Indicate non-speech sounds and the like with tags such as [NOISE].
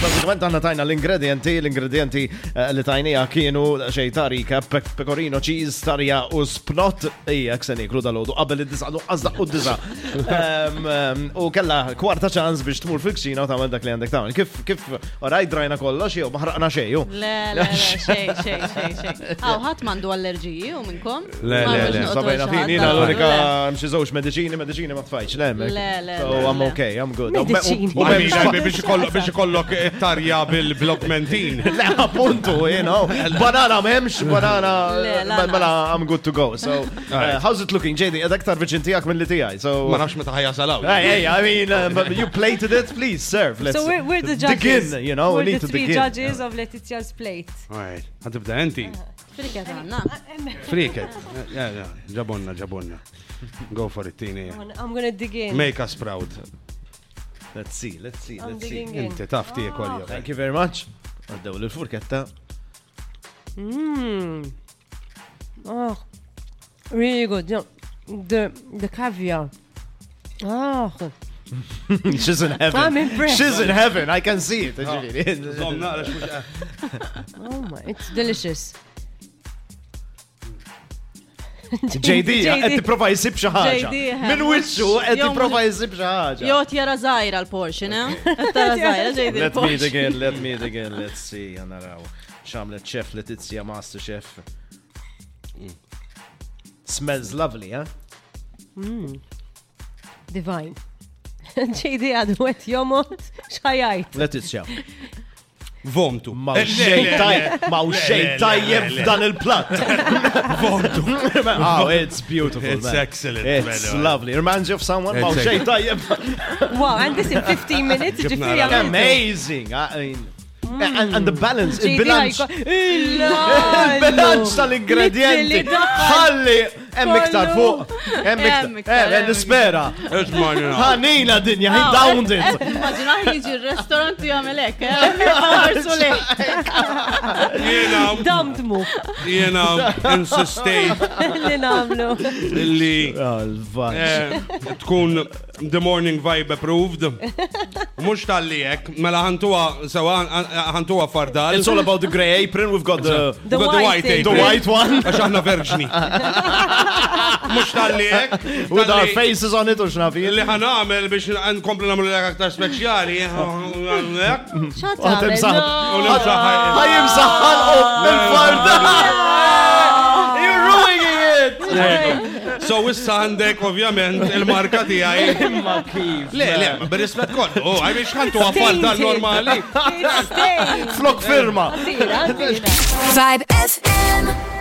Bazzikament għanna tajna l-ingredienti, l-ingredienti eh, li tajnija kienu xej tarika, pek- pecorino, cheese, tarja u spnot, ija kseni kruda l-ħodu, qabel id-disa, u għazda u d-disa. Em, em, U kella kwarta ċans biex tmur fil-kxina u tamel dak li għandek tamel. Kif, kif, oraj drajna kollox, jew maħraqna xej, ju. Le, le, le, xej, xej, xej, xej. Aw, ħadd m'għandu allerġiji u minnkom? Le, le, Ma biex le, noqtol Sabajna xi ħadd, fini, no, l-unika le. mxizowx medicini, medicini ma tfajċ, le, mek. Le, le, So, le, I'm le. okay, I'm good. U- Mediċini. u- u- Għamina, biex ikollok- biex ikollok tarja [LAUGHS] bil-augmentin. Le, appunto, you [LAUGHS] know. Banana memx, banana. Le, la, ba- na. Mela, I'm good to go. So, uh, how's it looking, JD? Għad aktar viċin tijak mill-li tijaj. Ma So, nafx meta ħajja salaw. hey, hey, I mean, uh, but you plated it, please serve. Let's So we're, we're the judges. begin, you know, we're we need the to three begin. judges of Letitia's plate. Għatibda enti. Friket għandna. Friket. Ja, ja, Ġabonna, ġabonna. Go for it, tini. I'm gonna- I'm gonna dig in. Make us proud. Let's see, let's see, I'm let's see. digging in. Inti taf tiegħek għolja. Thank you very much. Għaddew [LAUGHS] l-furketta. Mmm. Oh, really good. You know, the the caviar. Oh, She's in heaven. I'm impressed. She's in heaven. I can see [LAUGHS] Oh. it. ġifieri. Zom naqra xmux. oh my, it's delicious. [LAUGHS] [LAUGHS] JD, qed tipprova jisib xi ħaġa. JD, Min wiċċu qed Jew tipprova jisib xi ħaġa. Jot jara zaħira l-Porsche, [LAUGHS] ne? Tara zaħira, ġejdi Let me l-Porsche. again, let me again, let's see, għanaraw. Xamlet chef Letizia Master Chef. Smells lovely, eh? Divine. [LAUGHS] ġejdi għadu għet jomot xajajt. [LAUGHS] Letizia. Vomtu. Eh, Maw xej tajjeb, maw xej tajjeb f'dan [LAUGHS] il-platt. [LAUGHS] Oh, it's beautiful, It's man. excellent, It's man. lovely. Reminds you of someone? Maw It's xej [LAUGHS] tajjeb. Wow, and this in 15 minutes Ġibna ġifiri raqqa. Amazing. I mean, and, and the balance, il-bilanċ. Il-bilanċ [LAUGHS] Il-bilanċ tal-ingredienti. Ħalli, hemm iktar fuq. Hemm Hemm iktar, iktar. Eh, hemm nispera. Ah, Iġmajna. Ħanina dinja, he downed it. [LAUGHS] Immaġina jiġi r-restorant u jagħmel hekk, [LAUGHS] eh? Jena, Damdmu [LAUGHS] jena, insistejt li namlu. illi Għal-vaċ. Eh, tkun The Morning Vibe approved. Mux tal-lijek, mela ħantuwa, sewa, ħantuwa fardal. It's all about the grey apron. We've got the, The Got white apron. the white one Għax aħna verġni. Mux tal-lijek. with our faces on it u xnafil. Illi ħanamel biex nkomplu namlu l-ek aktar speċjali. Għatem Xatabel, saħan. no. U l-imsaħħa. Għajem saħan u il-farda. You're ruining it. So issa għandek ovvjament il-marka tiegħi. Imma kif. Le, le, ma b'rispett kollu. Għaj biex ħantuwa fardal e. normali. Stay. Flok firma. Sira, sira. Vibe FM.